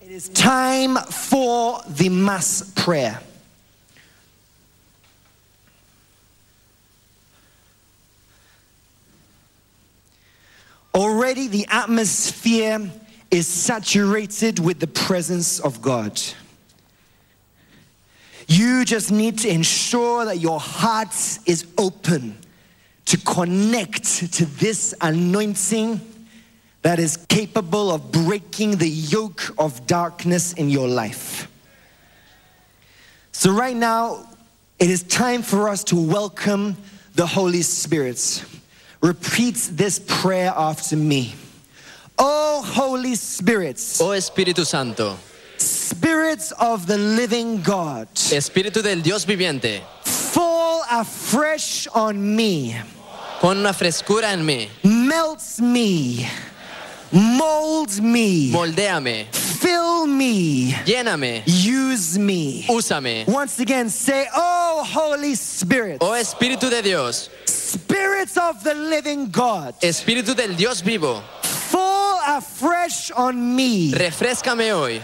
It is time for the mass prayer. Already the atmosphere is saturated with the presence of God. You just need to ensure that your heart is open to connect to this anointing that is capable of breaking the yoke of darkness in your life. So, right now, it is time for us to welcome the Holy Spirit. Repeat this prayer after me. Oh, Holy Spirit, Oh Espíritu Santo, Spirit of the living God, Espíritu del Dios viviente, fall afresh on me, pon una frescura en mí, melt me, mold me, moldéame, fill me, lléname, use me. úsame. Once again, say, Oh, Holy Spirit, Oh Espíritu de Dios, Spirit of the living God, Espíritu del Dios vivo, fall afresh on me, refrescame hoy,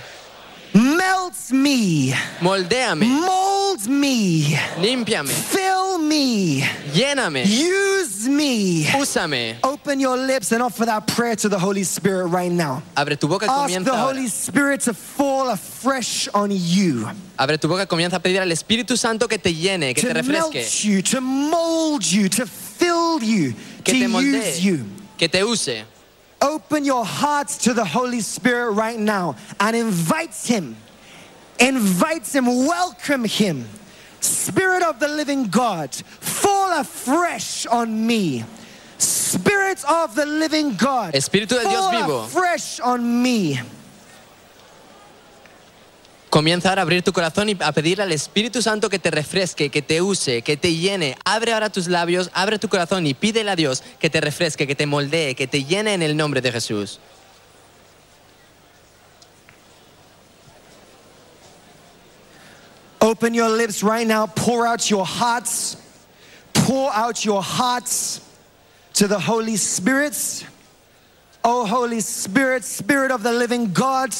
melt me, moldéame, mold me, límpiame, fill me, lléname, use me. úsame. Open your lips and offer that prayer to the Holy Spirit right now. Abre tu boca, Ask the comienza. ahora. Holy Spirit to fall afresh on you, Abre tu boca, comienza a pedir al Espíritu Santo que te llene, que te to refresque, melt you, to mold you, to fill you, to que te use moldee, you. que te use. Open your hearts to the Holy Spirit right now and invite Him. Invite Him, welcome Him. Spirit of the living God, fall afresh on me. Spirit of the living God, Espíritu del Dios fall vivo. afresh on me. Comienza ahora a abrir tu corazón y a pedirle al Espíritu Santo que te refresque, que te use, que te llene. Abre ahora tus labios, abre tu corazón y pídele a Dios que te refresque, que te moldee, que te llene en el nombre de Jesús. Open your lips right now, pour out your hearts, pour out your hearts to the Holy Spirit. Oh, Holy Spirit, Spirit of the living God,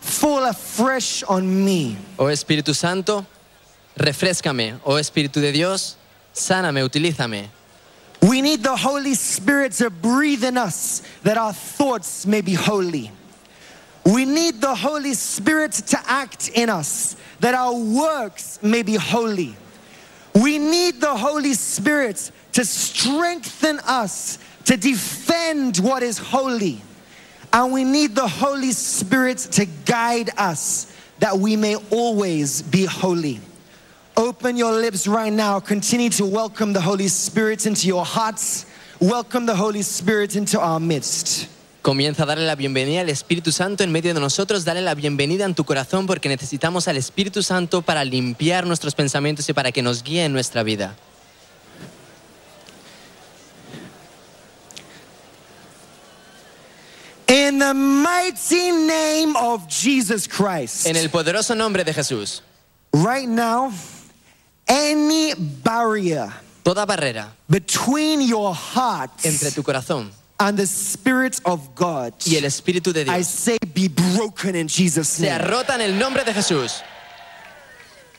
fall afresh on me. Oh Espíritu Santo, refrescame. Oh Espíritu de Dios, sáname, utilízame. We need the Holy Spirit to breathe in us that our thoughts may be holy. We need the Holy Spirit to act in us that our works may be holy. We need the Holy Spirit to strengthen us to defend what is holy. And we need the Holy Spirit to guide us that we may always be holy. Open your lips right now. Continue to welcome the Holy Spirit into your hearts. Welcome the Holy Spirit into our midst. Comienza a darle la bienvenida al Espíritu Santo en medio de nosotros, dale la bienvenida en tu corazón porque necesitamos al Espíritu Santo para limpiar nuestros pensamientos y para que nos guíe en nuestra vida. In the mighty name of Jesus Christ. En el poderoso nombre de Jesús, Right now, any barrier toda barrera between your entre heart tu corazón and the Spirit of God, y el Espíritu de I Dios say be broken in Jesus' se name. arrota en el nombre de Jesús.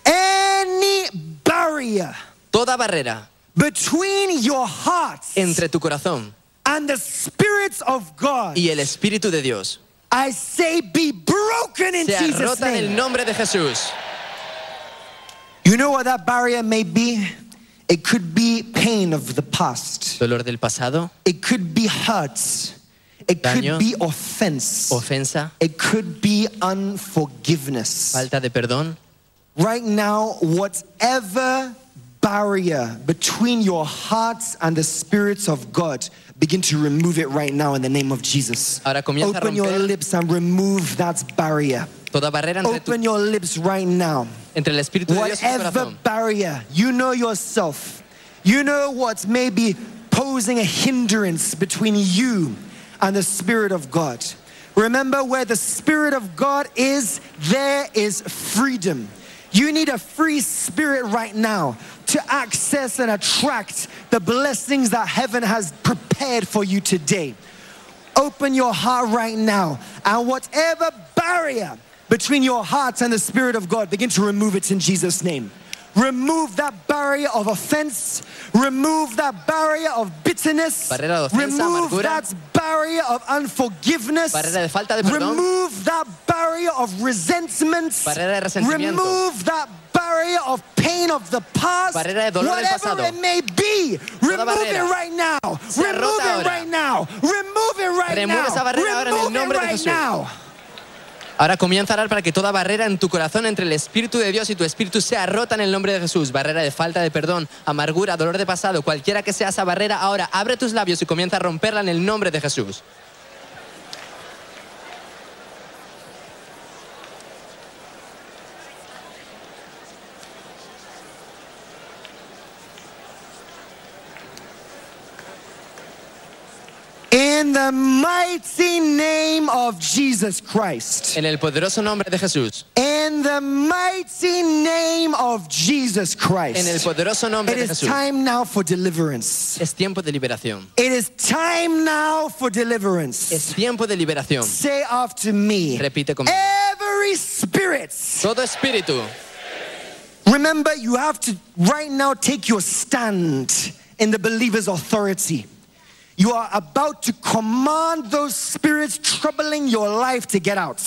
Any barrier Toda barrera between your heart entre tu corazón and the Spirit of God, y el Espíritu de Dios I say be broken in se Jesus' arrota en el name. nombre de Jesús. You know what that barrier may be? It could be pain of the past. Dolor del pasado, It could be hurts. It could Daño. be offense. ofensa, It could be unforgiveness. falta de perdón. Right now, whatever barrier between your hearts and the spirits of God, begin to remove it right now in the name of Jesus. Ahora comienza a Open your romper. lips and remove that barrier. Toda barrera entre, tu- Open your lips right now. entre el Espíritu de Dios y tu Whatever corazón. barrier, you know yourself. You know what's maybe posing a hindrance between you and the Spirit of God. Remember, where the Spirit of God is, there is freedom. You need a free spirit right now to access and attract the blessings that heaven has prepared for you today. Open your heart right now, and whatever barrier between your hearts and the Spirit of God, begin to remove it in Jesus' name. Remove that barrier of offense. Remove that barrier of bitterness. Barrera de ofensa, remove amargura. that barrier of unforgiveness. Barrera de falta de perdón. Remove that barrier of resentment. Barrera de resentimiento. Remove that barrier of pain of the past. Barrera de dolor del whatever pasado. it may be. Remove barrera. it right now. Se ha remove roto it ahora. right now. Remove it right Remueve now. esa barrera ahora en el remove nombre it de right Jesús. now. Ahora comienza a orar para que toda barrera en tu corazón entre el Espíritu de Dios y tu Espíritu sea rota en el nombre de Jesús. Barrera de falta de perdón, amargura, dolor de pasado, cualquiera que sea esa barrera, ahora abre tus labios y comienza a romperla en el nombre de Jesús. In the mighty name of Jesus Christ. En el poderoso nombre de Jesús. In the mighty name of Jesus En el Christ. poderoso nombre It de is Jesús. time now for deliverance. Es tiempo de liberación. It is time now for Es deliverance. tiempo de liberación. Say after me. Repite conmigo. Every spirit. Todo espíritu. Remember, you have to right now take your stand in the believer's authority. You are about to command those spirits troubling your life to get out.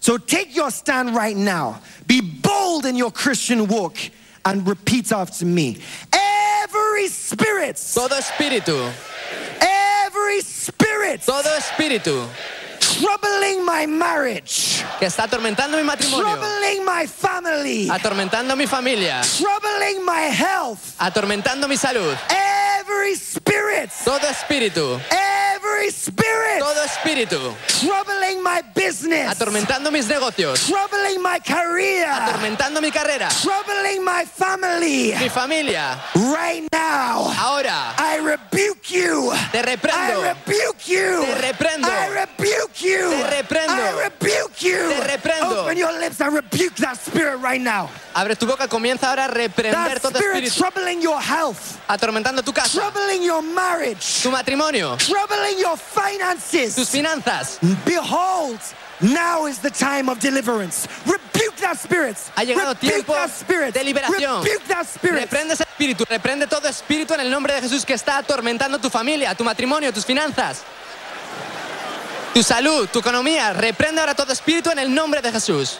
So take your stand right now. Be bold in your Christian walk and repeat after me. Every spirit, Todo espíritu. every spirit Todo espíritu troubling my marriage, que está atormentando mi matrimonio. troubling my family, Atormentando mi familia. troubling my health, Atormentando mi salud. every spirit. Todo espíritu. Every spirit Todo espíritu. troubling my business, Atormentando mis negocios. troubling my career, Atormentando mi carrera. troubling my family, Mi familia. right now, Ahora. I rebuke you. Te I reprendo. rebuke you. Te reprendo. I rebuke you. Te reprendo. I rebuke you. Te reprendo. Open your lips and rebuke that spirit right now. Abre tu boca. Comienza ahora a reprender That todo spirit espíritu. troubling your health, Atormentando tu casa. troubling your marriage, Tu matrimonio. troubling your finances. Tus finanzas. Behold, now is the time of deliverance. Rebuke that spirit. Ha llegado Rebuke tiempo that spirit. de liberación. Rebuke that spirit. Reprende ese espíritu, reprende todo espíritu en el nombre de Jesús que está atormentando tu familia, tu matrimonio, tus finanzas, tu salud, tu economía. Reprende ahora todo espíritu en el nombre de Jesús.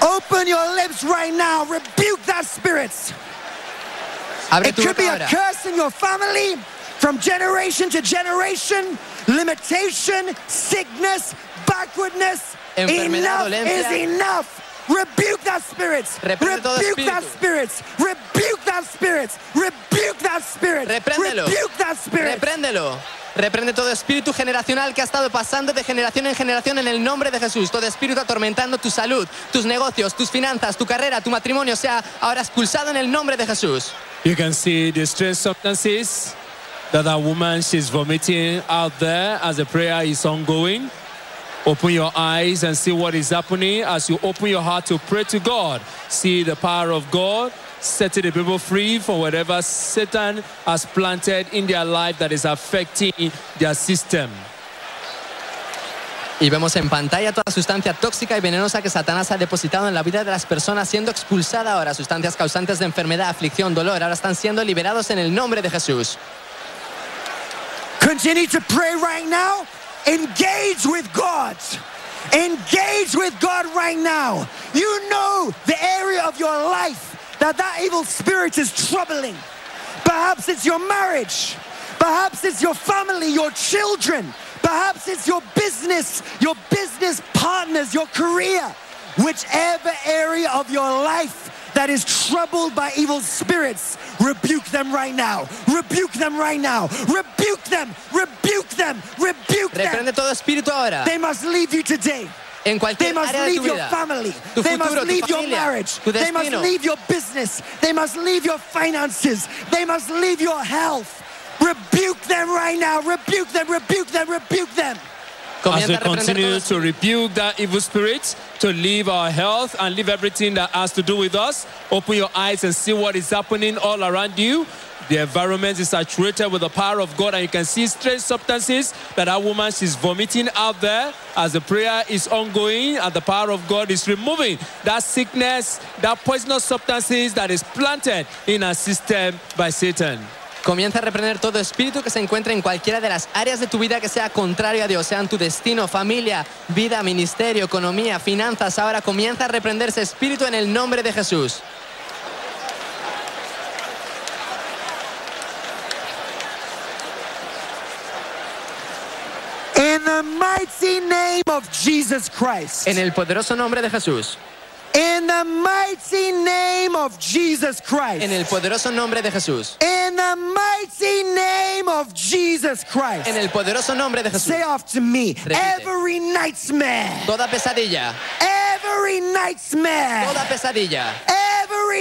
Open your lips right now. Rebuke that spirit. Abre It tu could be boca a ahora. curse in your family from generation to generation, limitation, sickness, backwardness. Enfermedad, Enough is dolencia. enough. Rebuke that spirit. Reprende todo rebuke that espíritu. spirit. Rebuke that spirit. Rebuke that spirit. Repréndelo. Rebuke that spirit. Repréndelo. Reprende todo espíritu generacional que ha estado pasando de generación en generación en el nombre de Jesús. Todo espíritu atormentando tu salud, tus negocios, tus finanzas, tu carrera, tu matrimonio sea ahora expulsado en el nombre de Jesús. You can see the strange substances that a woman she's vomiting out there as the prayer is ongoing. Open your eyes and see what is happening as you open your heart to pray to God. See the power of God setting the people free from whatever Satan has planted in their life that is affecting their system. Y vemos en pantalla toda sustancia tóxica y venenosa que Satanás ha depositado en la vida de las personas siendo expulsada ahora. Sustancias causantes de enfermedad, aflicción, dolor, ahora están siendo liberados en el nombre de Jesús. Continue to pray right now. Engage with God. Engage with God right now. You know the area of your life that that evil spirit is troubling. Perhaps it's your marriage. Perhaps it's your family, your children. Perhaps it's your business, your business partners, your career. Whichever area of your life that is troubled by evil spirits, rebuke them right now. Rebuke them right now. Rebuke them. Rebuke them. Rebuke them. Reprende todo espíritu ahora. They must leave you today. En They cualquier must área de tu leave your vida. family. Tu They futuro, must tu leave your familia, marriage. tu They must destino. leave your business. They must leave your finances. They must leave your health. Rebuke them right now. Rebuke them, rebuke them, rebuke them. As Comienza we a reprender todo continue espíritu. to rebuke that evil spirit, to leave our health and leave everything that has to do with us, open your eyes and see what is happening all around you. The environment is saturated with the power of God, and you can see strange substances that that woman she's vomiting out there as the prayer is ongoing and the power of God is removing that sickness, that poisonous substances that is planted in her system by Satan. Comienza a reprender todo espíritu que se encuentre en cualquiera de las áreas de tu vida que sea contrario a Dios, sean tu destino, familia, vida, ministerio, economía, finanzas. Ahora comienza a reprender ese espíritu en el nombre de Jesús. In the mighty name of Jesus Christ. En el poderoso nombre de Jesús. In the mighty name of Jesus Christ. En el poderoso nombre de Jesús. In the mighty name of Jesus Christ. En el poderoso nombre de Jesús. Say after me. Repite. Every nightmare. Toda pesadilla. Every nightmare. Toda pesadilla. Every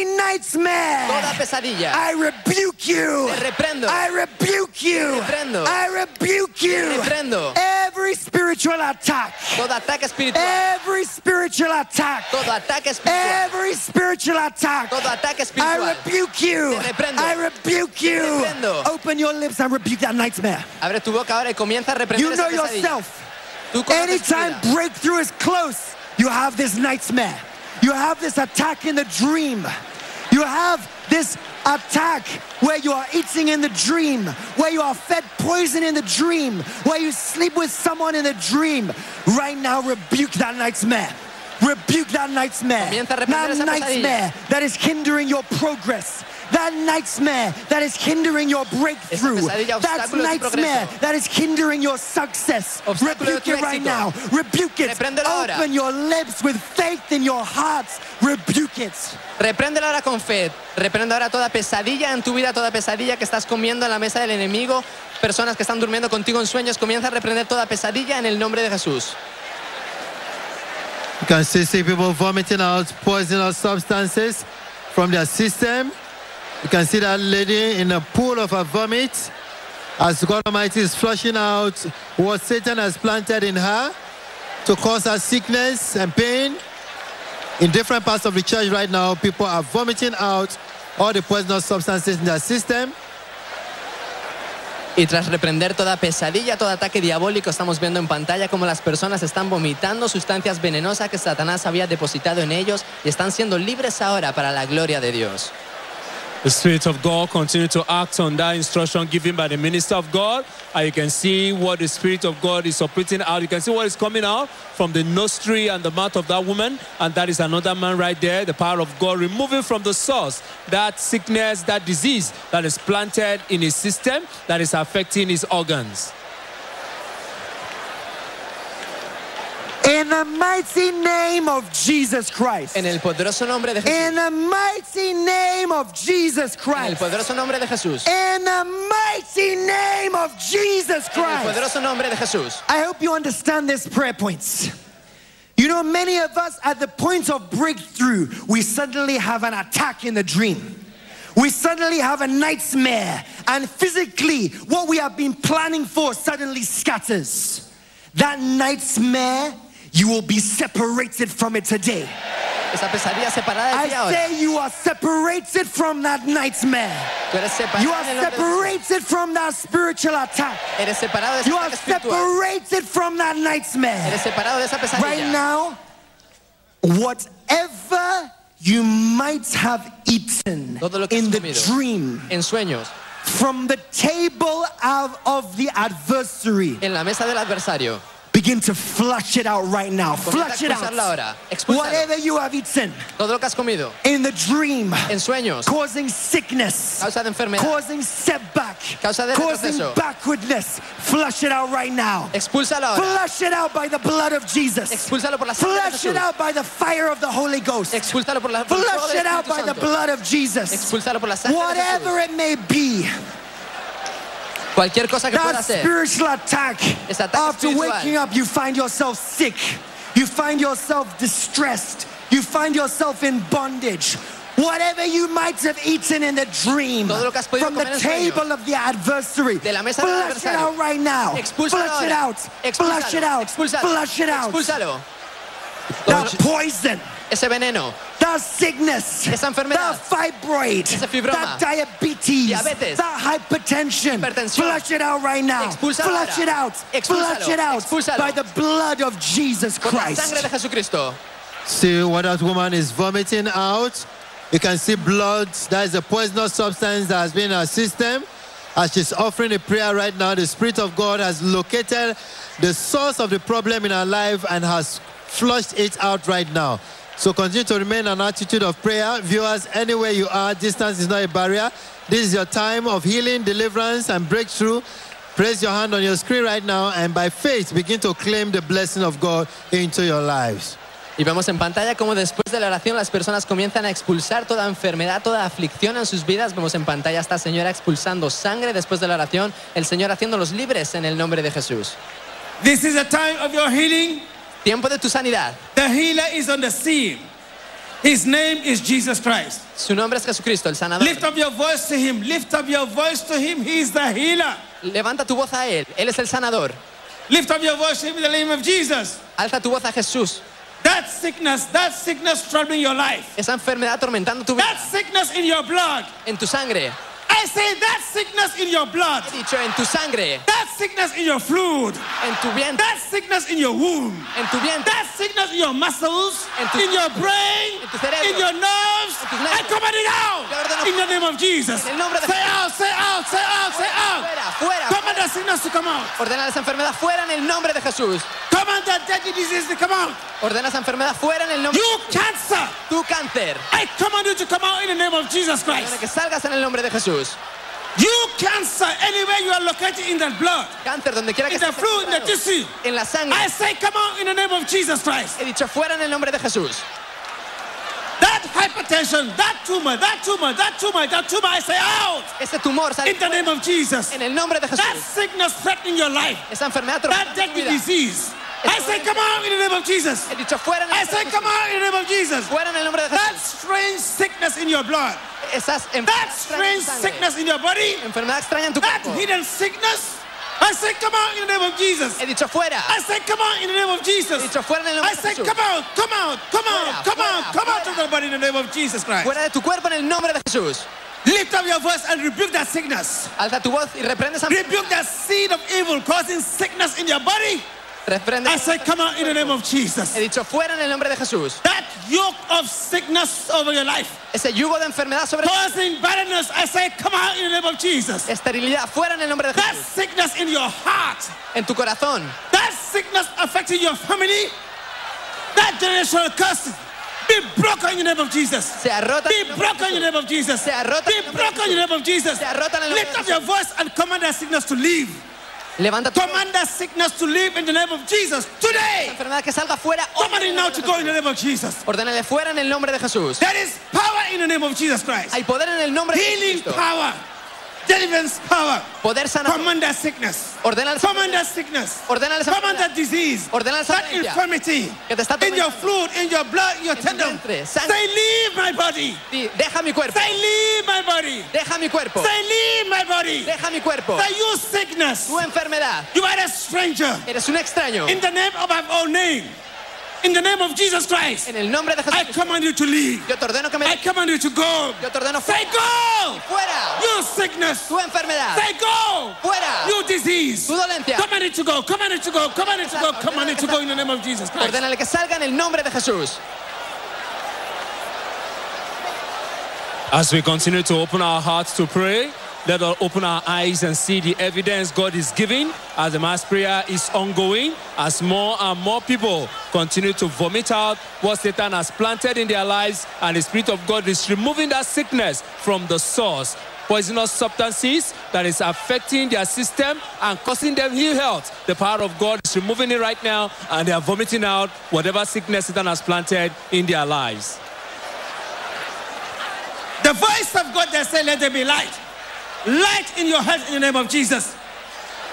Toda nightmare. pesadilla. I rebuke you. Te reprendo. I rebuke you. reprendo. I rebuke you. reprendo. Every spiritual attack. Todo ataque espiritual. Every spiritual attack. Todo ataque espiritual. Every spiritual attack. Todo ataque I espiritual. rebuke you. Te reprendo. I rebuke you. reprendo. Open your lips and rebuke that nightmare. Abre tu boca ahora y comienza a reprender You know esa pesadilla. yourself. Tú conoces tu Anytime vida. breakthrough is close, you have this nightmare. You have this attack in the dream. You have this attack where you are eating in the dream, where you are fed poison in the dream, where you sleep with someone in the dream. Right now, rebuke that nightmare. Rebuke that nightmare. Comienza a reprender That esa pesadilla. nightmare that is hindering your progress. That nightmare that is hindering your breakthrough. pesadilla, That obstáculo de tu nightmare progreso. that is hindering your success. Obstáculo de Rebuke tu it right éxito. now. Rebuke it. Repréndelo ahora. Open your lips with faith in your hearts. Rebuke it. Repréndela ahora con fe. Reprende ahora toda pesadilla en tu vida, toda pesadilla que estás comiendo en la mesa del enemigo, personas que están durmiendo contigo en sueños. Comienza a reprender toda pesadilla en el nombre de Jesús. You can still see people vomiting out poisonous substances from their system. You can see that lady in a pool of her vomit as God Almighty is flushing out what Satan has planted in her to cause her sickness and pain. In different parts of the church right now, people are vomiting out all the poisonous substances in their system. Y tras reprender toda pesadilla, todo ataque diabólico, estamos viendo en pantalla cómo las personas están vomitando sustancias venenosas que Satanás había depositado en ellos y están siendo libres ahora para la gloria de Dios. The Spirit of God continue to act on that instruction given by the minister of God. And you can see what the Spirit of God is operating out. You can see what is coming out from the nostril and the mouth of that woman. And that is another man right there. The power of God removing from the source that sickness, that disease that is planted in his system that is affecting his organs. In the mighty name of Jesus Christ. En el poderoso nombre de Jesús. In the mighty name of Jesus En el Christ. poderoso nombre de Jesús. In the mighty name of Jesus En el Christ. poderoso nombre de Jesús. I hope you understand this prayer points. You know, many of us at the point of breakthrough, we suddenly have an attack in the dream. We suddenly have a nightmare, and physically, what we have been planning for suddenly scatters. That nightmare, you will be separated from it today. Esa pesadilla separada de I ti ahora. say you are separated from that nightmare. Tú eres separado, You are en el nombre de Jesús. separated from that spiritual attack. Eres separado de ese You are ataque espiritual. separated from that nightmare. Eres separado de esa pesadilla. right now, whatever you might have eaten Todo lo que has in the comido. dream En sueños. from the table of, of the adversary, En la mesa del adversario. begin to flush it out right now. Comienza Flush a it expulsarlo out. ahora. Expulsalo. Whatever you have eaten Todo lo que has comido. in the dream, En sueños. causing sickness, Causa de enfermedad. causing setback, Causa de causing retroceso. backwardness, flush it out right now. Expúlsalo ahora. Flush it out by the blood of Jesus. Expúlsalo por la sangre de Flush Jesús. it out by the fire of the Holy Ghost. Expúlsalo por la por el fuego Flush del it out Espíritu by the Santo. blood of Jesus. Expúlsalo por la sangre de Whatever Jesús. it may be, Cualquier cosa que pueda that hacer. spiritual attack, Ese ataque after espiritual. waking up, you find yourself sick. You find yourself distressed. You find yourself in bondage. Whatever you might have eaten in the dream, Todo lo que has podido from the comer en sueños. table of the adversary, De la flush mesa del it adversario. out right now. Expúlsalo Flush it ahora. out. Expúlsalo. Flush it out. Expúlsalo. Flush it out. Expúlsalo. That poison, ese veneno, that sickness, Esa enfermedad. that fibroid, Ese fibroma. that diabetes, Diabetes. that hypertension, Hipertensión. flush it out right now. Expulsa flush ahora. it out. Expúlsalo. Flush it out Expúlsalo. by the blood of Jesus con la Christ. sangre de Jesucristo. See what that woman is vomiting out. You can see blood. That is a poisonous substance that has been in her system. As she's offering a prayer right now, the Spirit of God has located the source of the problem in her life and has flushed it out right now. So continue to remain an attitude of prayer. Viewers, anywhere you are, distance is not a barrier. This is your time of healing, deliverance, and breakthrough. Place your hand on your screen right now and by faith begin to claim the blessing of God into your lives. Y vemos en pantalla cómo después de la oración las personas comienzan a expulsar toda enfermedad, toda aflicción en sus vidas. Vemos en pantalla a esta señora expulsando sangre después de la oración, el Señor haciéndolos libres en el nombre de Jesús. This is a time of your healing. Tiempo de tu sanidad. The healer is on the scene. His name is Jesus Christ. Su nombre es Jesucristo, el sanador. Lift up your voice to him. Lift up your voice to him. He is the healer. Levanta tu voz a Él, Él es el sanador. Lift up your voice to him in the name of Jesus. Alza tu voz a Jesús. That sickness, that sickness troubling your life, Esa enfermedad atormentando tu that vida, sickness in your blood. en tu sangre. I say that sickness in your blood, He dicho, en tu sangre, that sickness in your fluid, en tu vientre, that sickness in your womb, en tu vientre. that sickness in your muscles, En tu- in your brain, en tu cerebro. in your nerves. En tus I nervios. command it Yo ordeno- out in the name of Jesus. En el nombre de- Say out, say out, say out, say out. Fuera, fuera. Command the sickness to come out. Ordena esa enfermedad fuera en el nombre de Jesús. Command that deadly disease to come out. Ordena esa enfermedad fuera en el nombre You cancer, tu cáncer. I command you to come out in the name of Jesus Ordena Christ. que salgas en el nombre de Jesús. You cancer anywhere you are located in that blood, Cáncer, donde quiera que in the estés fluid, in the concentrado. tissue. En la sangre. I say, come out in the name of Jesus Christ. He dicho fuera en el nombre de Jesús. That hypertension, that tumor, that tumor, that tumor, that tumor, I say out Ese tumor sale in the name of Jesus. en el nombre de That Jesús. sickness threatening your life, Esa enfermedad that atormentando tu deadly vida. disease. I say, come out in the name of Jesus. He dicho fuera en el I nombre say, de come Jesús. out in the name of Jesus. Fuera en el nombre de That Jesús. strange sickness in your blood, Esas that enfermedades extrañas strange en sangre. sickness in your body, Enfermedad extraña en tu that cuerpo. hidden sickness, I say, come out in the name of Jesus. He dicho fuera. I say, come out in the name of He Jesus. dicho fuera en el I nombre de say, Jesús. come out, come out, come out, Fuera, come fuera, out, come out fuera. to nobody in the name of Jesus Christ. Fuera de tu cuerpo en el nombre de Jesús. Lift up your voice and rebuke that sickness. Alza tu voz y reprende esa Rebuke that seed of evil causing sickness in your body. reprende. I say, come out in the name of Jesus. He dicho fuera en el nombre de Jesús. That yoke of sickness over your life, Ese yugo de enfermedad sobre causing barrenness, I say, come out in the name of Jesus. esterilidad fuera en el nombre de That Jesús. sickness in your heart, En tu corazón. that sickness affecting your family, that generational curse, be broken in the name of Jesus. Se arrota. Be broken in the name of Jesus. Se arrota en Be el nombre de broken in the name of Jesus. Se arrota en el nombre de Lift up your voice and command that sickness to leave. Levanta tu voz. Command that sickness to leave in the name of Jesus today. enfermedad que salga fuera. Command it now to go in the name of Jesus. Ordénale fuera en el nombre de Jesús. There is power in the name of Jesus Christ. Hay poder en el nombre de Healing Jesucristo. power, deliverance power. Poder sanador. Command that sickness. Ordena esa Command that sickness. Ordena esa Command that disease. Ordena esa That dolencia. infirmity. Que te está In your atormentando. fluid, in your blood, in your En tu tendon. vientre, Say, sangre. leave my body. Di, Deja mi cuerpo. Say, leave my body. Deja mi cuerpo. Say, leave my body. Deja mi cuerpo. Say, you sickness. Tu enfermedad. You are a stranger. Eres un extraño. In the name of our own name. In the name of Jesus Christ. En el nombre de I Jesús. command you to leave. Yo te ordeno que me I command you to go. Yo te ordeno Say go! fuera. You sickness! Tu enfermedad. Say go! Fuera. You disease! Tu dolencia. Command it to go! Command it to go! Command it to go! Command it to go in the name of Jesus Christ. Ordénale que salga en el nombre de Jesús. As we continue to open our hearts to pray, let us open our eyes and see the evidence God is giving as the mass prayer is ongoing, as more and more people continue to vomit out what Satan has planted in their lives, and the Spirit of God is removing that sickness from the source. Poisonous substances that is affecting their system and causing them ill health. The power of God is removing it right now, and they are vomiting out whatever sickness Satan has planted in their lives. The voice of God that said, Let there be light. Light in your heart in the name of Jesus.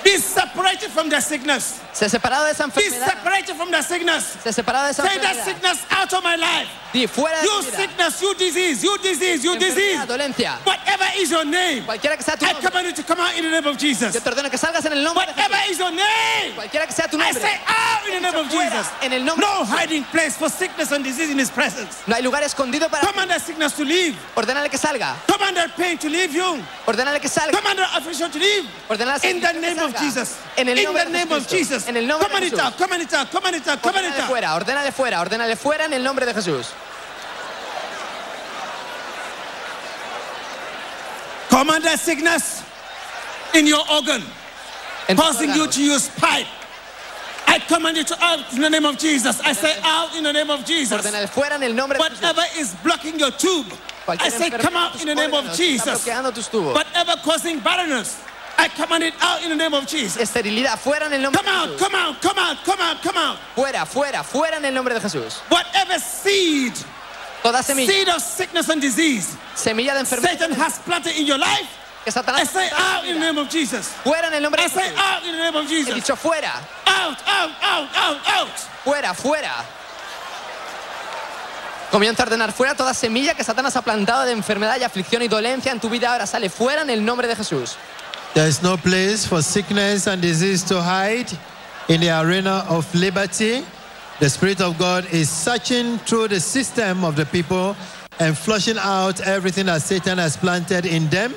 Be separated from the sickness. Se ha separado de esa Be enfermedad. separated from the sickness. Se ha separado de esa Take that enfermedad. sickness out of my life. Di fuera de You mi vida. sickness, you disease, you disease, you disease. Enfermedad, dolencia. Whatever is your name, Cualquiera que sea tu I nombre. command you to come out in the name of Jesus. Yo te ordeno que salgas en el nombre de Whatever Jesús. is your name, Cualquiera que sea tu I nombre. say out in the name of Fuera, Jesus. en el nombre No hiding place for sickness and disease in His presence. No hay lugar escondido para. Command that sickness to leave. Ordenale que salga. Command that pain to leave you. Ordenale que salga. Command that affliction to leave. Ordenale a In the Satanás que name of salga. Jesus. En In el nombre the de name of Jesucristo. Jesus. En el nombre Command de it Jesús. out, command it out, command it out, command it Ordenale out. fuera, ordenale fuera, ordenale fuera en el nombre de Jesús. Command that sickness in your organ, En tus causing you órganos. to use pipe. I command you to out in the name of Jesus. I say out in the name of Jesus. Ordenale fuera en el nombre de Jesús. Whatever is blocking your tube, I Cualquier say enfermedad come out tus in the name of órganos que Está Jesus. bloqueando tus tubos. Whatever causing barrenness, I command it out in the name of Jesus. Esterilidad fuera en el nombre Come de out, Jesús. come out, come out, come out, come out. Fuera, fuera, fuera en el nombre de Jesús. Whatever seed, Toda semilla, seed of sickness and disease, semilla de enfermedad Satan has planted in your life, que I Satanás say out in the name of Jesus. fuera en el nombre I de say Jesús. out in the name of He Jesus. dicho fuera, Out, out, out, out, out. fuera, fuera. Comienza a ordenar fuera toda semilla que Satanás ha plantado de enfermedad y aflicción y dolencia en tu vida. Ahora sale fuera en el nombre de Jesús. There is no place for sickness and disease to hide in the arena of liberty. The Spirit of God is searching through the system of the people and flushing out everything that Satan has planted in them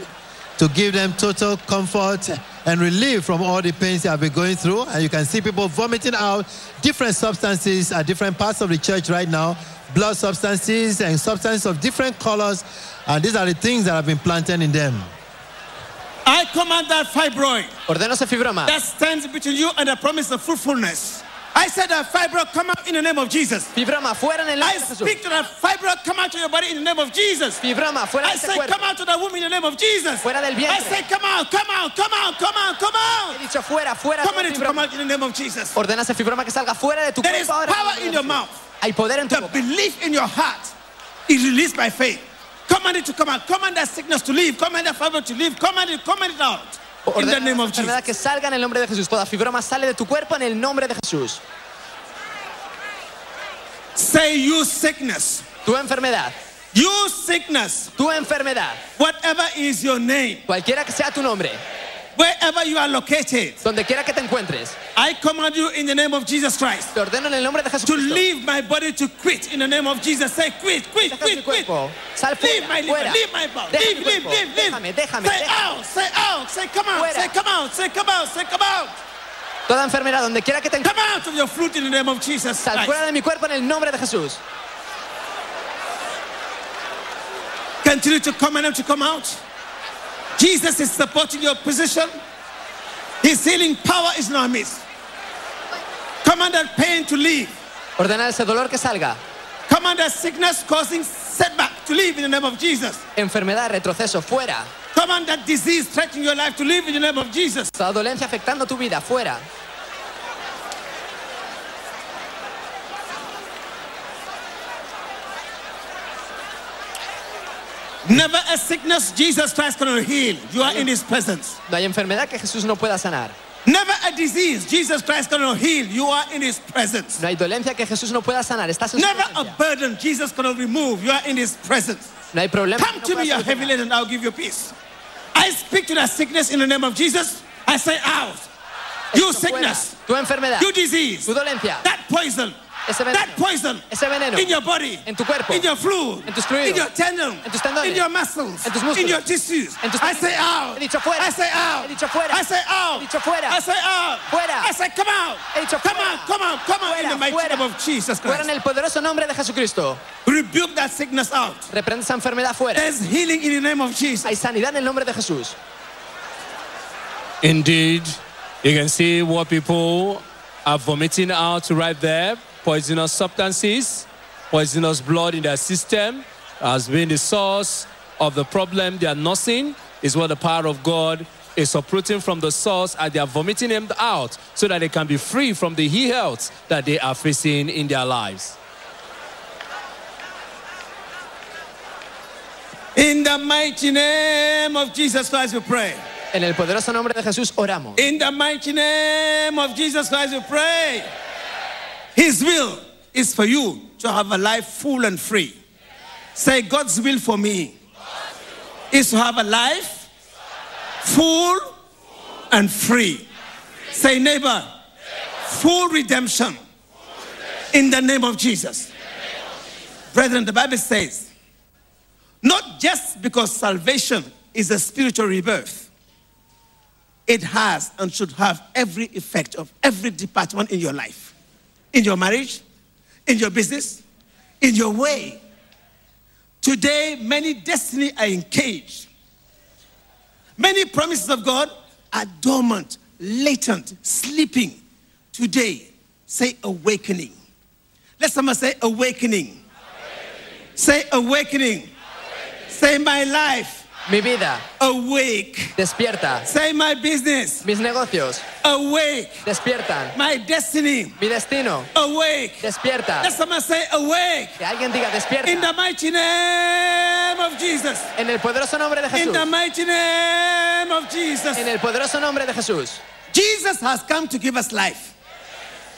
to give them total comfort and relief from all the pains they have been going through. And you can see people vomiting out different substances at different parts of the church right now blood substances and substances of different colors. And these are the things that have been planted in them. I command that fibroid Ordeno ese fibroma. that stands between you and the promise of fruitfulness. I said that fibroid come out in the name of Jesus. Fibroma fuera en el I nombre de Jesús. speak to that fibroid come out to your body in the name of Jesus. Fibroma fuera de I ese say cuerpo. come out to that woman in the name of Jesus. Fuera del I vientre. say come out, come out, come out, come out, come He out. dicho fuera, fuera. Come todo on, to come fibroma. out in the name of Jesus. Ordena ese fibroma que salga fuera de tu There cuerpo is ahora. en el power nombre in de your Jesús. mouth. Hay poder en tu The boca. belief in your heart is released by faith. Command it to come out. Command that sickness to leave. Command that fibroid to leave. Command it, command it out. In Ordena the name la of enfermedad Jesus. que salga en el nombre de Jesús. Toda fibroma sale de tu cuerpo en el nombre de Jesús. Say you sickness. Tu enfermedad, You sickness. tu enfermedad, Whatever is your name. cualquiera que sea tu nombre, Wherever you are located. donde quiera que te encuentres, I command you in the name of Jesus Christ. te ordeno en el nombre de Jesús. To leave my body to quit in the name of Jesus. Say quit, quit, Deja mi quit, quit. cuerpo. Sal Leave fuera, my liver, fuera. leave my mouth. Deja Leave, mi leave, cuerpo. leave, leave. Déjame, déjame, Say "Ah." déjame. out, say out, say come out, Fuera. say come out, say come out, say come out. Toda enfermedad, donde quiera que te encuentres, Come out of your fruit in the name of Jesus sal fuera Christ. de mi cuerpo en el nombre de Jesús. Continue to command them to come out. Jesus is supporting your position. His healing power is not midst. Command that pain to leave. Ordena ese dolor que salga. Command that sickness causing setback to leave in the name of Jesus. Enfermedad, retroceso, fuera. Command that disease threatening your life to leave in the name of Jesus. Toda dolencia afectando tu vida, fuera. Never a sickness Jesus Christ cannot heal. You are in His presence. No hay enfermedad que Jesús no pueda sanar. Never a disease Jesus Christ cannot heal. You are in His presence. No hay dolencia que Jesús no pueda sanar. Estás en su Never a presencia. burden Jesus cannot remove. You are in His presence. No hay problema. que Come no to pueda me, your solucionar. heavy laden, and I'll give you peace. I speak to that sickness in the name of Jesus. I say out. You Esto fuera. sickness, Tu enfermedad, you disease, tu dolencia, that poison, Ese veneno. that poison Ese veneno. in your body, En tu cuerpo. in your fluid, En tus fluidos. in your tendon, En tus tendones. in your muscles, En tus músculos. in your tissues. En tus I say out. He dicho fuera. I say out. He dicho fuera. I say out. He dicho fuera. I say out. Fuera. I say come out. He dicho come fuera. out. Come out. Come out. in Fuera, the mighty fuera. name of Jesus Fuera en Christ. el poderoso nombre de Jesucristo. Rebuke that sickness out. Reprende esa enfermedad fuera. There's healing in the name of Jesus. Hay sanidad en el nombre de Jesús. Indeed, you can see what people are vomiting out right there. Poisonous substances, poisonous blood in their system has been the source of the problem they are nursing, is what the power of God is uprooting from the source and they are vomiting them out so that they can be free from the ill health that they are facing in their lives. In the mighty name of Jesus Christ, we pray. En el poderoso nombre de Jesús oramos. Eh. In the mighty name of Jesus Christ, we pray. His will, is for you to have a life full and free. Say, God's will for me is to have a life full and free. Say, neighbor, full redemption in the name of Jesus. Brethren, the Bible says, not just because salvation is a spiritual rebirth, it has and should have every effect of every department in your life, in your marriage, in your business, in your way. Today, many destiny are in cage. Many promises of God are dormant, latent, sleeping. Today, say awakening. Let someone say awakening. Say awakening. Say my life, Mi vida, awake. despierta. Say my business, Mis negocios, awake. despiertan. My destiny, Mi destino, awake. despierta. Let someone say awake. Que alguien diga, In despierta. the mighty name of Jesus. En el poderoso nombre de In Jesús. the mighty name of Jesus. En el poderoso nombre de Jesús. Jesus has come to give us life.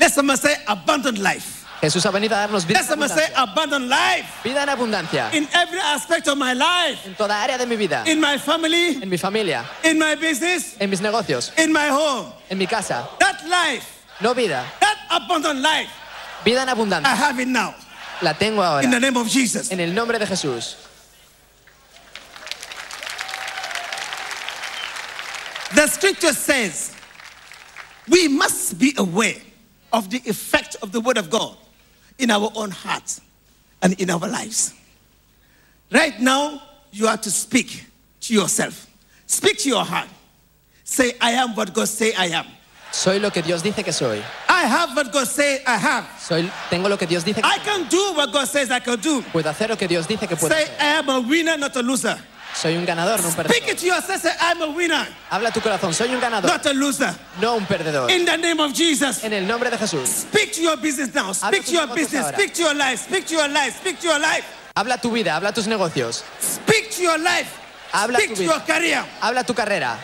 Let someone say abundant life. Jesús ha venido a darnos vida en Let someone say abundancia. abundant life Vida en abundancia. in every aspect of my life, En toda área de mi vida. in my family, En mi familia. in my business, En mis negocios. in my home. En mi casa. That life, No vida. that abundant life, Vida en I abundancia. have it now. La tengo ahora. In the name of Jesus. En el nombre de Jesús. The scripture says we must be aware of the effect of the word of God in our own hearts and in our lives. Right now, you have to speak to yourself. Speak to your heart. Say, I am what God say I am. Soy lo que Dios dice que soy. I have what God say I have. soy tengo lo que Dios dice que I can do what God says I can do. puedo hacer lo que Dios dice que puedo Say, hacer. I am a winner, not a loser. Soy un ganador, no un Speak perdedor. it to yourself. Say, I'm a winner, Habla tu corazón. Soy un ganador, not a loser. no un perdedor. In the name of Jesus. En el nombre de Jesús. Speak to your business now. Speak tus to your negocios business. ahora. Speak to your life. Speak to your life. Speak to your life. Habla tu vida, habla tus negocios. Speak to your life. Habla Speak tu to vida. your career. Habla tu carrera.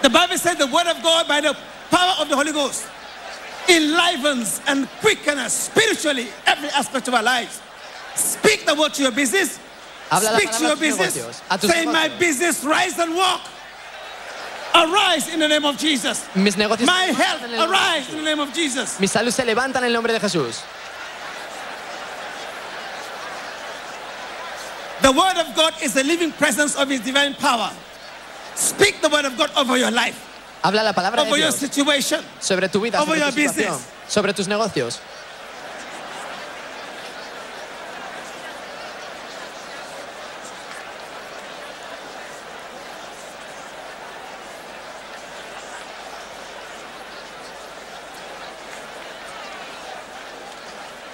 The Bible says the word of God by the power of the Holy Ghost enlivens and quickens us spiritually every aspect of our lives. Speak the word to your business. Habla la Speak to palabra a your tus business. negocios, a tus Say, my negocios." business, rise and walk. Arise in the name of Jesus. Mis negocios. My se health, levantan en el nombre de arise in Jesús. the name of Jesus. Mi salud se levanta en el nombre de Jesús. The word of God is the living presence of his divine power. Speak the word of God over your life. Habla la palabra de over your Dios situation. sobre tu vida, over sobre tu your business. situación, sobre tus negocios.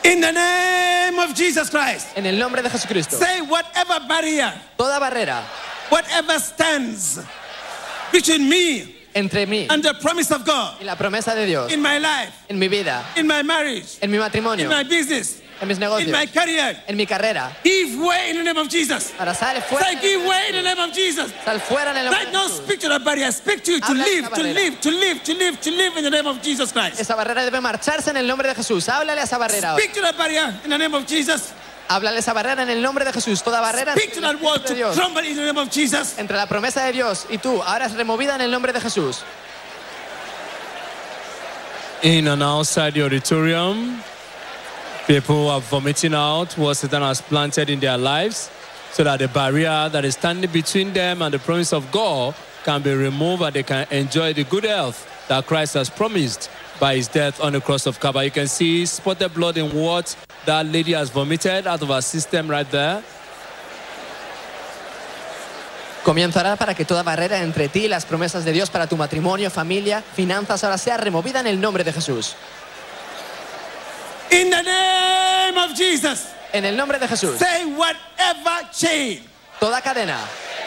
In the name of Jesus Christ. En el nombre de Jesucristo. Say whatever barrier, Toda barrera whatever stands between me entre mí and the promise of God y la promesa de Dios in my life, en mi vida, in my marriage, en mi in matrimonio, my business, en mis in my negocios, career. en mi carrera. Give way in the name of Jesus. Ahora sal fuera. Say give way in the name of Jesus. Sal fuera en el nombre de Right now, Jesús. speak to the barrier. Speak to you to Habla a esa live, to barrera. live, to live, to live, to live in the name of Jesus Christ. Esa barrera debe marcharse en el nombre de Jesús. Háblale a esa barrera ahora. Speak to the barrier in the name of Jesus. Háblale a esa barrera en el nombre de Jesús. Toda barrera Speak to entre, that el wall Espíritu de to Dios, crumble in the name of Jesus. entre la promesa de Dios y tú. Ahora es removida en el nombre de Jesús. In and outside the auditorium, people are vomiting out what Satan has planted in their lives so that the barrier that is standing between them and the promise of God can be removed and they can enjoy the good health that Christ has promised by his death on the cross of Calvary. You can see spotted blood in what that lady has vomited out of her system right there. Comienzará para que toda barrera entre ti y las promesas de Dios para tu matrimonio, familia, finanzas, ahora sea removida en el nombre de Jesús. In the name of Jesus, En el nombre de Jesús. say whatever chain Toda cadena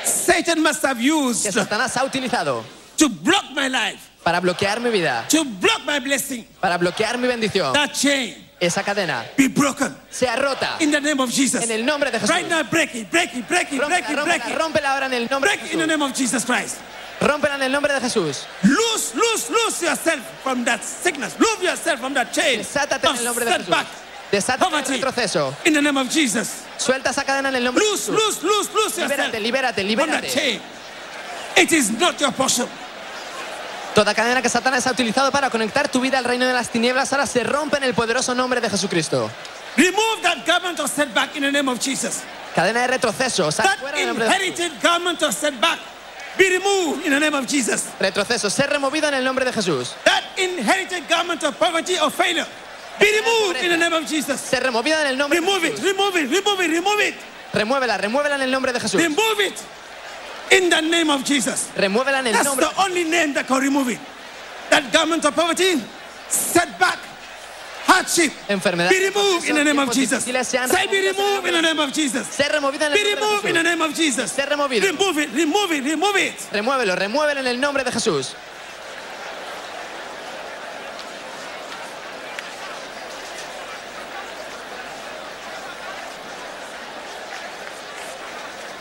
Satan must have que used Satanás ha utilizado to block my life, para bloquear mi vida, to block my blessing, para bloquear mi bendición, that chain esa cadena be broken sea rota in the name of Jesus. en el nombre de Jesús. Right now, break it, break it, break it, break Rómpela, it, break rómpela, it. rómpela ahora en el nombre de Break it in the Jesús. name of Jesus Christ. Rómpela en el nombre de Jesús. Loose Loose, loose, loose yourself from that sickness. Loose yourself from that chain. Desátate en of el nombre de Jesús. setback, Desátate del poverty, retroceso. In the name of Jesus. Suelta esa cadena en el nombre de Loose, Jesús. loose, loose, loose yourself Libérate, libérate, from that libérate. chain. It is not your portion. Toda cadena que Satanás ha utilizado para conectar tu vida al reino de las tinieblas ahora se rompe en el poderoso nombre de Jesucristo. Remove that garment of setback in the name of Jesus. Cadena de retroceso, sal That fuera del nombre de Jesús. inherited garment of setback be removed in the name of Jesus. Retroceso, ser removido en el nombre de Jesús. That inherited garment of poverty or failure be removed in the name of Jesus. Ser removido en el nombre Remove de it, Jesús. remove it, remove it, remove it, Remuévela, remuévela en el nombre de Jesús. remove it in the name of Jesus. Remuévela en el That's nombre. the only name that can remove it. That garment of poverty, setback, hardship Enfermedad. be removed in the name of Jesus. Dile, sean Say be removidas en el removed in the nombre- name of Jesus. Ser removido en Be el removed nombre in de Jesús. the name of Jesus. Ser removido. Remove it, remove it, remove it. Remuévelo, remuévelo en el nombre de Jesús.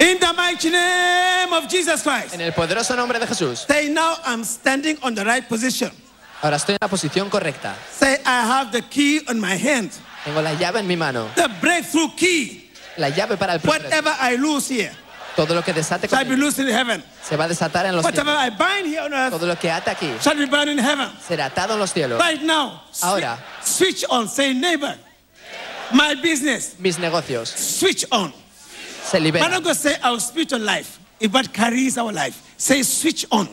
In the mighty name of Jesus Christ. En el poderoso nombre de Jesús. Say, now I'm standing on the right position. Ahora estoy en la posición correcta. Say, I have the key on my hand, Tengo la llave en mi mano. the breakthrough key. La llave para el progreso. Whatever I lose here Todo lo que desate shall be conmigo loose in heaven. se va a desatar en los Whatever cielos. I bind here on earth Todo lo que ata aquí shall be bound in heaven. será atado en los cielos. Right now, swi- Ahora. switch on. Say, neighbor, my business, Mis negocios switch on. se I'm not liberan. going to say our spiritual life, if what carries our life. Say, switch on.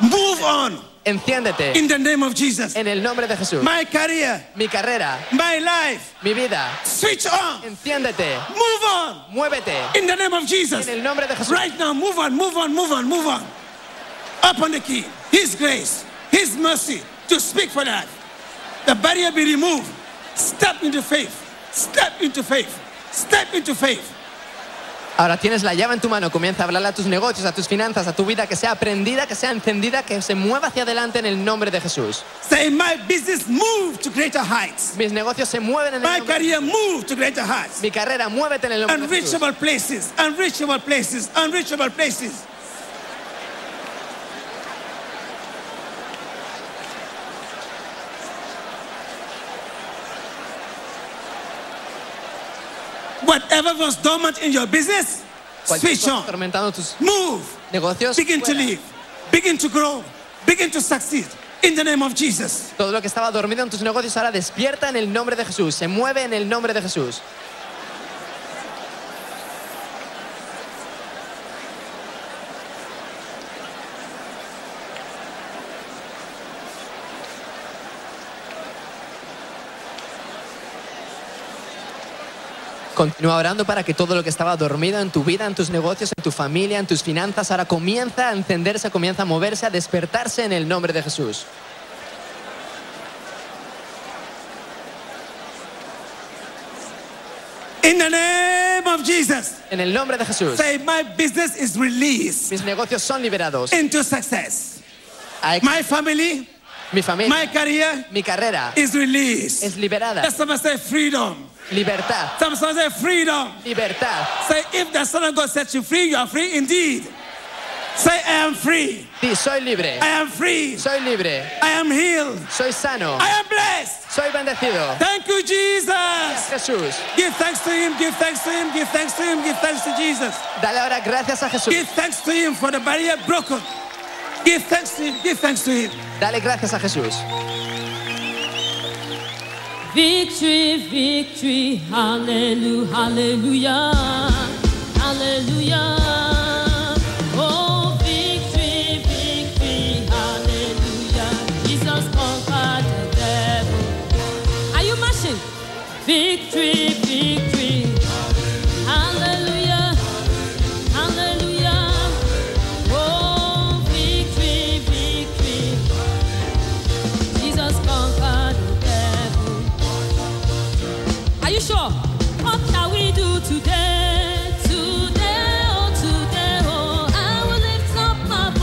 Move on Enciéndete in the name of Jesus. en el nombre de Jesús. My career, Mi carrera, my life, mi vida. switch on. Enciéndete, Move on muévete in the name of Jesus. en el nombre de Jesús. Right now, move on, move on, move on, move on. Up on the key. His grace, His mercy to speak for that. The barrier be removed. Step into faith. Step into faith. Step into faith. Ahora tienes la llave en tu mano. Comienza a hablarle a tus negocios, a tus finanzas, a tu vida, que sea aprendida, que sea encendida, que se mueva hacia adelante en el nombre de Jesús. Say, my business move to greater heights. Mis negocios se mueven en el My nombre career move to greater heights. Mi carrera, muévete en el nombre de Jesús. Unreachable places, unreachable places, unreachable places. Whatever was dormant in your business, Cualquier switch cosa on. Atormentando tus Move. negocios. Begin to fuera. live. Begin to grow. Begin to succeed. In the name of Jesus. Todo lo que estaba dormido en tus negocios ahora despierta en el nombre de Jesús. Se mueve en el nombre de Jesús. Continúa orando para que todo lo que estaba dormido en tu vida, en tus negocios, en tu familia, en tus finanzas, ahora comienza a encenderse, comienza a moverse, a despertarse en el nombre de Jesús. In the name of Jesus. En el nombre de Jesús. Say, my business is released Mis negocios son liberados. into success. A ex- My family, mi familia, my career mi carrera is released. es liberada. Let someone say freedom. Libertad, Some- Someone say freedom. libertad. Say, if the Son of God sets you free, you are free indeed. Say, I am free. Sí, soy libre. I am free. Soy libre. I am healed. Soy sano. I am blessed. Soy bendecido. Thank you, Jesus. Jesús. Give thanks to Him. Give thanks to Him. Give thanks to Him. Give thanks to Jesus. Dale ahora gracias a Jesús. Give thanks to Him for the barrier broken. Give thanks to Him. Give thanks to Him. Dale gracias a Jesús. Victory, victory, hallelujah, hallelujah, hallelujah. Oh, victory, victory, hallelujah. Jesus conquered the devil. Are you marching? Victory, victory, hallelujah, hallelujah. Oh, victory, victory. Jesus conquered the devil. Are you sure? What shall we do today? oh, Today, oh oh, Oh, oh, oh, Oh,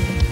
Eh, Eh, Eh,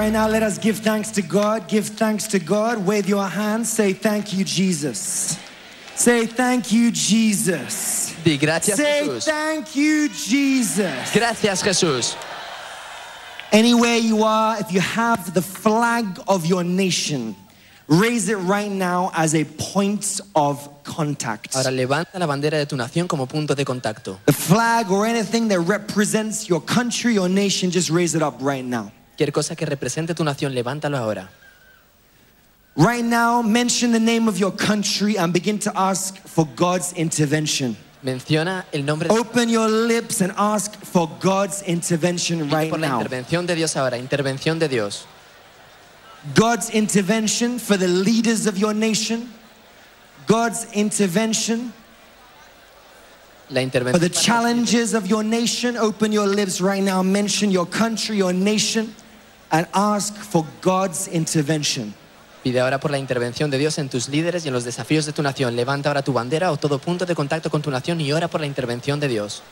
Right now, let us give thanks to God. Give thanks to God. Wave your hands. Say, Thank you, Jesus. Say, Thank you, Jesus. Di gracias Say, Jesús. Thank you, Jesus. Gracias Jesús. Anywhere you are, if you have the flag of your nation, raise it right now as a point of contact. Ahora levanta la bandera de tu nación como punto de contacto. The flag or anything that represents your country, your nation, just raise it up right now. Cualquier cosa que represente tu nación, levántalo ahora. Right now, mention the name of your country and begin to ask for God's intervention. Menciona el nombre de Open your lips and ask for God's intervention right por la now. intervención de Dios ahora, intervención de Dios. God's intervention for the leaders of your nation, God's intervention La for intervención the para- challenges of your nation. Open your lips right now, mention your country, your nation, and ask for God's intervention. Pide ahora por la intervención de Dios en tus líderes y en los desafíos de tu nación. Levanta ahora tu bandera o todo punto de contacto con tu nación y ora por la intervención de Dios.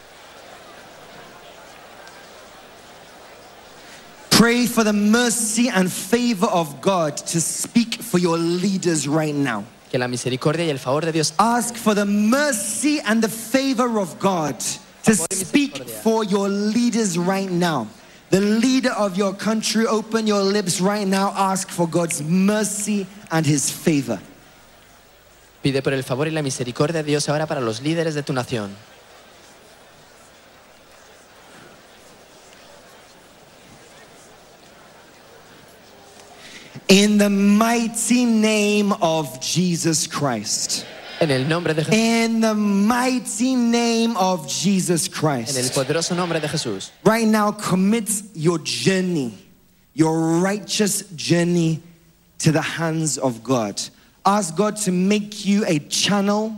Pray for the mercy and favor of God to speak for your leaders right now. Que la misericordia y el favor de Dios Ask for the mercy and the favor of God to Favor y speak misericordia. for your leaders right now. The leader of your country, open your lips right now. Ask for God's mercy and his favor. pide por el favor y la misericordia de Dios ahora para los líderes de tu nación. In the mighty name of Jesus Christ. En el nombre de Jesús. In the mighty name of Jesus En el Christ. poderoso nombre de Jesús. Right now, commit your journey, your righteous journey to the hands of God. Ask God to make you a channel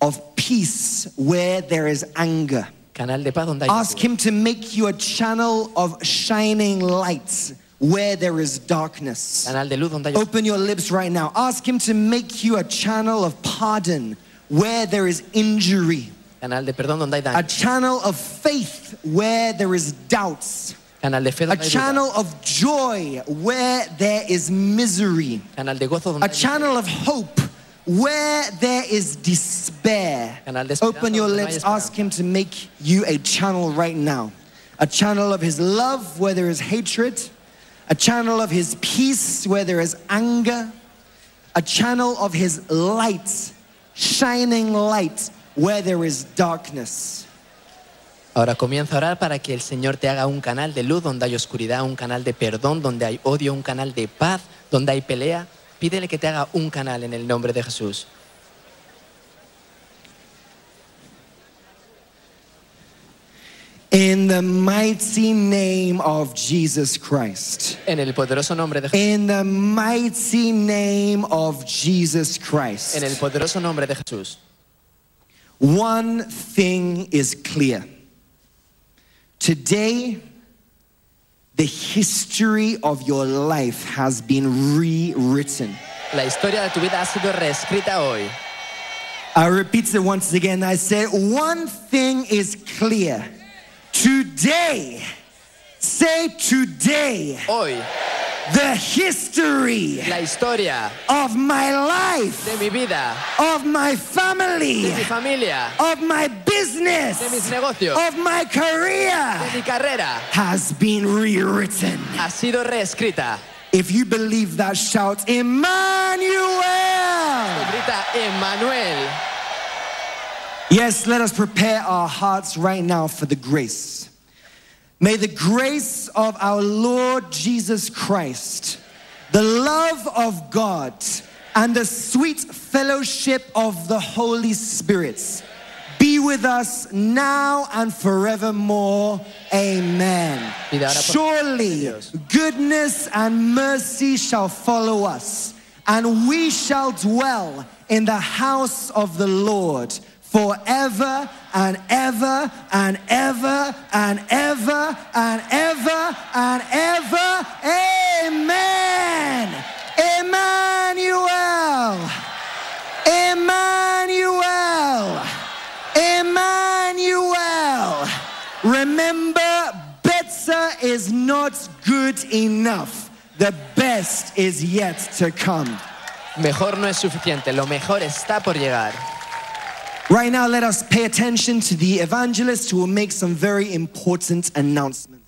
of peace where there is anger. Canal de paz donde hay. Ask Him to make you a channel of shining lights where there is darkness. Canal de luz donde hay. Open your lips right now. Ask Him to make you a channel of pardon where there is injury, Canal de perdón donde hay a daño. channel of faith where there is doubts. Canal de fe A donde hay duda. channel of joy where there is misery. Canal de gozo donde A hay channel of hope where there is despair. Canal de esperanza Open your donde no hay lips, esperanza. ask Him to make you a channel right now. A channel of His love where there is hatred. A channel of His peace where there is anger. A channel of His light, shining light where there is darkness. Ahora comienza a orar para que el Señor te haga un canal de luz donde hay oscuridad, un canal de perdón donde hay odio, un canal de paz donde hay pelea. Pídele que te haga un canal en el nombre de Jesús. In the mighty name of Jesus Christ. En el poderoso nombre de Jesús. In the mighty name of Jesus En el Christ, poderoso nombre de Jesús. one thing is clear. Today, the history of your life has been rewritten. La historia de tu vida ha sido reescrita hoy. I repeat it once again. I say, one thing is clear. Today, say today, Hoy, the history la historia of my life, de mi vida, of my de family, mi familia, of my de mis business, negocios, of my de career mi carrera, has been rewritten. ha sido reescrita. If you believe that, shout, Emmanuel! Grita Emmanuel. Yes, let us prepare our hearts right now for the grace. May the grace of our Lord Jesus Christ, the love of God, and the sweet fellowship of the Holy Spirit be with us now and forevermore. Amen. Pide ahora por- Surely goodness and mercy shall follow us, and we shall dwell in the house of the Lord forever and ever and ever and ever and ever and ever. Amen. Emmanuel. Emmanuel. Emmanuel. Remember, better is not good enough. The best is yet to come. Mejor no es suficiente, lo mejor está por llegar. Right now, let us pay attention to the evangelist who will make some very important announcements.